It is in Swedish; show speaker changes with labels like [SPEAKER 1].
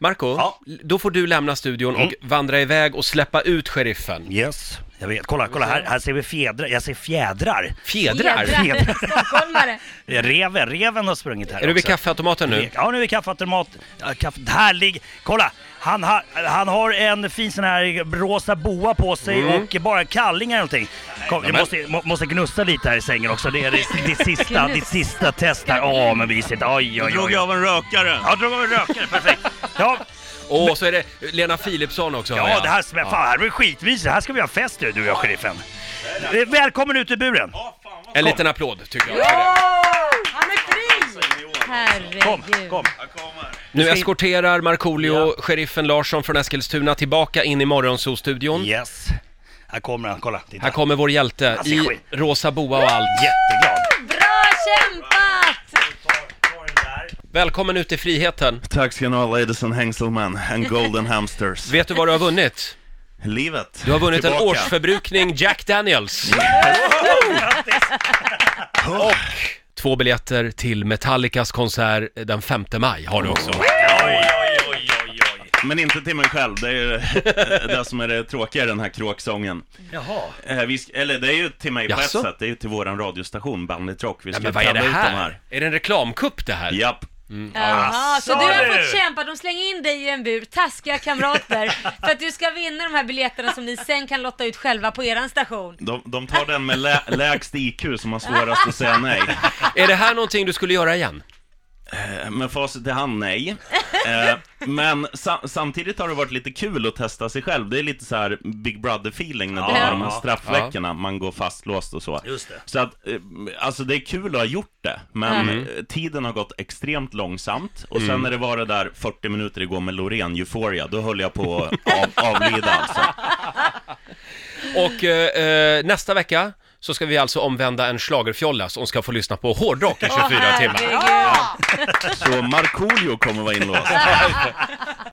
[SPEAKER 1] Marco,
[SPEAKER 2] Ja. Mm.
[SPEAKER 1] då får du lämna studion och vandra iväg och släppa ut sheriffen.
[SPEAKER 2] Yes, jag vet. Kolla, kolla, här, här ser vi fjädrar. Jag ser fjädrar.
[SPEAKER 1] Fjädrar!
[SPEAKER 3] Stockholmare.
[SPEAKER 2] Reven, reven har sprungit här
[SPEAKER 1] Är du vid
[SPEAKER 2] också.
[SPEAKER 1] kaffeautomaten nu?
[SPEAKER 2] Ja, nu är vi kaffeautomat. ja, Kaff... Här ligger... Kolla! Han har, han har en fin sån här rosa boa på sig och bara kallingar eller någonting. Kom, jag
[SPEAKER 1] men-
[SPEAKER 2] måste, må, måste gnussa lite här i sängen också. Det är ditt, ditt, sista, ditt sista test här. Åh, men mysigt. Oj, oj,
[SPEAKER 4] Drog
[SPEAKER 2] oj.
[SPEAKER 4] jag av en rökare.
[SPEAKER 2] Ja, drog av en rökare. Perfekt. Ja,
[SPEAKER 1] Åh, så är det Lena Philipsson också hör
[SPEAKER 2] ja
[SPEAKER 1] jag.
[SPEAKER 2] det här, smä- fan, här blir skitmysigt. Här ska vi ha fest nu, du och jag, sheriffen. Eh, Välkommen ut ur buren.
[SPEAKER 1] En liten applåd tycker jag.
[SPEAKER 3] Han är fri! Herregud.
[SPEAKER 2] Kom, kom.
[SPEAKER 1] Nu eskorterar Markoolio sheriffen Larsson från Eskilstuna tillbaka in i Morgonzoo-studion.
[SPEAKER 2] Yes. Här kommer han. Kolla. Titta.
[SPEAKER 1] Här kommer vår hjälte
[SPEAKER 2] ser
[SPEAKER 1] i
[SPEAKER 2] skit.
[SPEAKER 1] rosa boa och allt.
[SPEAKER 2] Jätteglad.
[SPEAKER 3] Bra kämpat!
[SPEAKER 1] Välkommen ut i friheten.
[SPEAKER 5] Tack ska ni ha ladies and hängselmän and golden hamsters.
[SPEAKER 1] Vet du vad du har vunnit?
[SPEAKER 5] Livet.
[SPEAKER 1] Du har vunnit
[SPEAKER 5] Tillbaka.
[SPEAKER 1] en årsförbrukning Jack Daniels. och två biljetter till Metallicas konsert den 5 maj har du också.
[SPEAKER 5] Men inte till mig själv, det är ju det som är det tråkiga i den här kråksången.
[SPEAKER 2] Jaha.
[SPEAKER 5] Eh, vi sk- eller det är ju till mig på
[SPEAKER 1] Jaså?
[SPEAKER 5] ett sätt, det är ju till våran radiostation Bandit Rock. Vi
[SPEAKER 1] Nej,
[SPEAKER 5] ska
[SPEAKER 1] men vad är det
[SPEAKER 5] tävla ut dem
[SPEAKER 1] här? Är det en reklamkupp det här?
[SPEAKER 5] Japp.
[SPEAKER 3] Jaha, så
[SPEAKER 2] sa
[SPEAKER 3] du har
[SPEAKER 2] du?
[SPEAKER 3] fått kämpa. De slänger in dig i en bur, taskiga kamrater, för att du ska vinna de här biljetterna som ni sen kan lotta ut själva på eran station.
[SPEAKER 5] De, de tar den med lä- lägst IQ som har svårast att säga nej.
[SPEAKER 1] Är det här någonting du skulle göra igen?
[SPEAKER 5] Eh, Med facit i hand, nej. Eh, Men sa- samtidigt har det varit lite kul att testa sig själv. Det är lite så här Big Brother-feeling när du
[SPEAKER 3] Ja.
[SPEAKER 5] har de här straffveckorna. Man går fastlåst och så.
[SPEAKER 2] Just det.
[SPEAKER 5] Så att, eh, alltså det är kul att ha gjort det, men eh, tiden har gått extremt långsamt. Och sen när det var det där 40 minuter igår med Loreen, Euphoria, då höll jag på att av, avlida alltså.
[SPEAKER 1] Och eh, eh, nästa vecka så ska vi alltså omvända en schlagerfjolla som ska få lyssna på hårdrock i 24 timmar.
[SPEAKER 3] Herregud.
[SPEAKER 5] Så Markoolio kommer vara inlåst.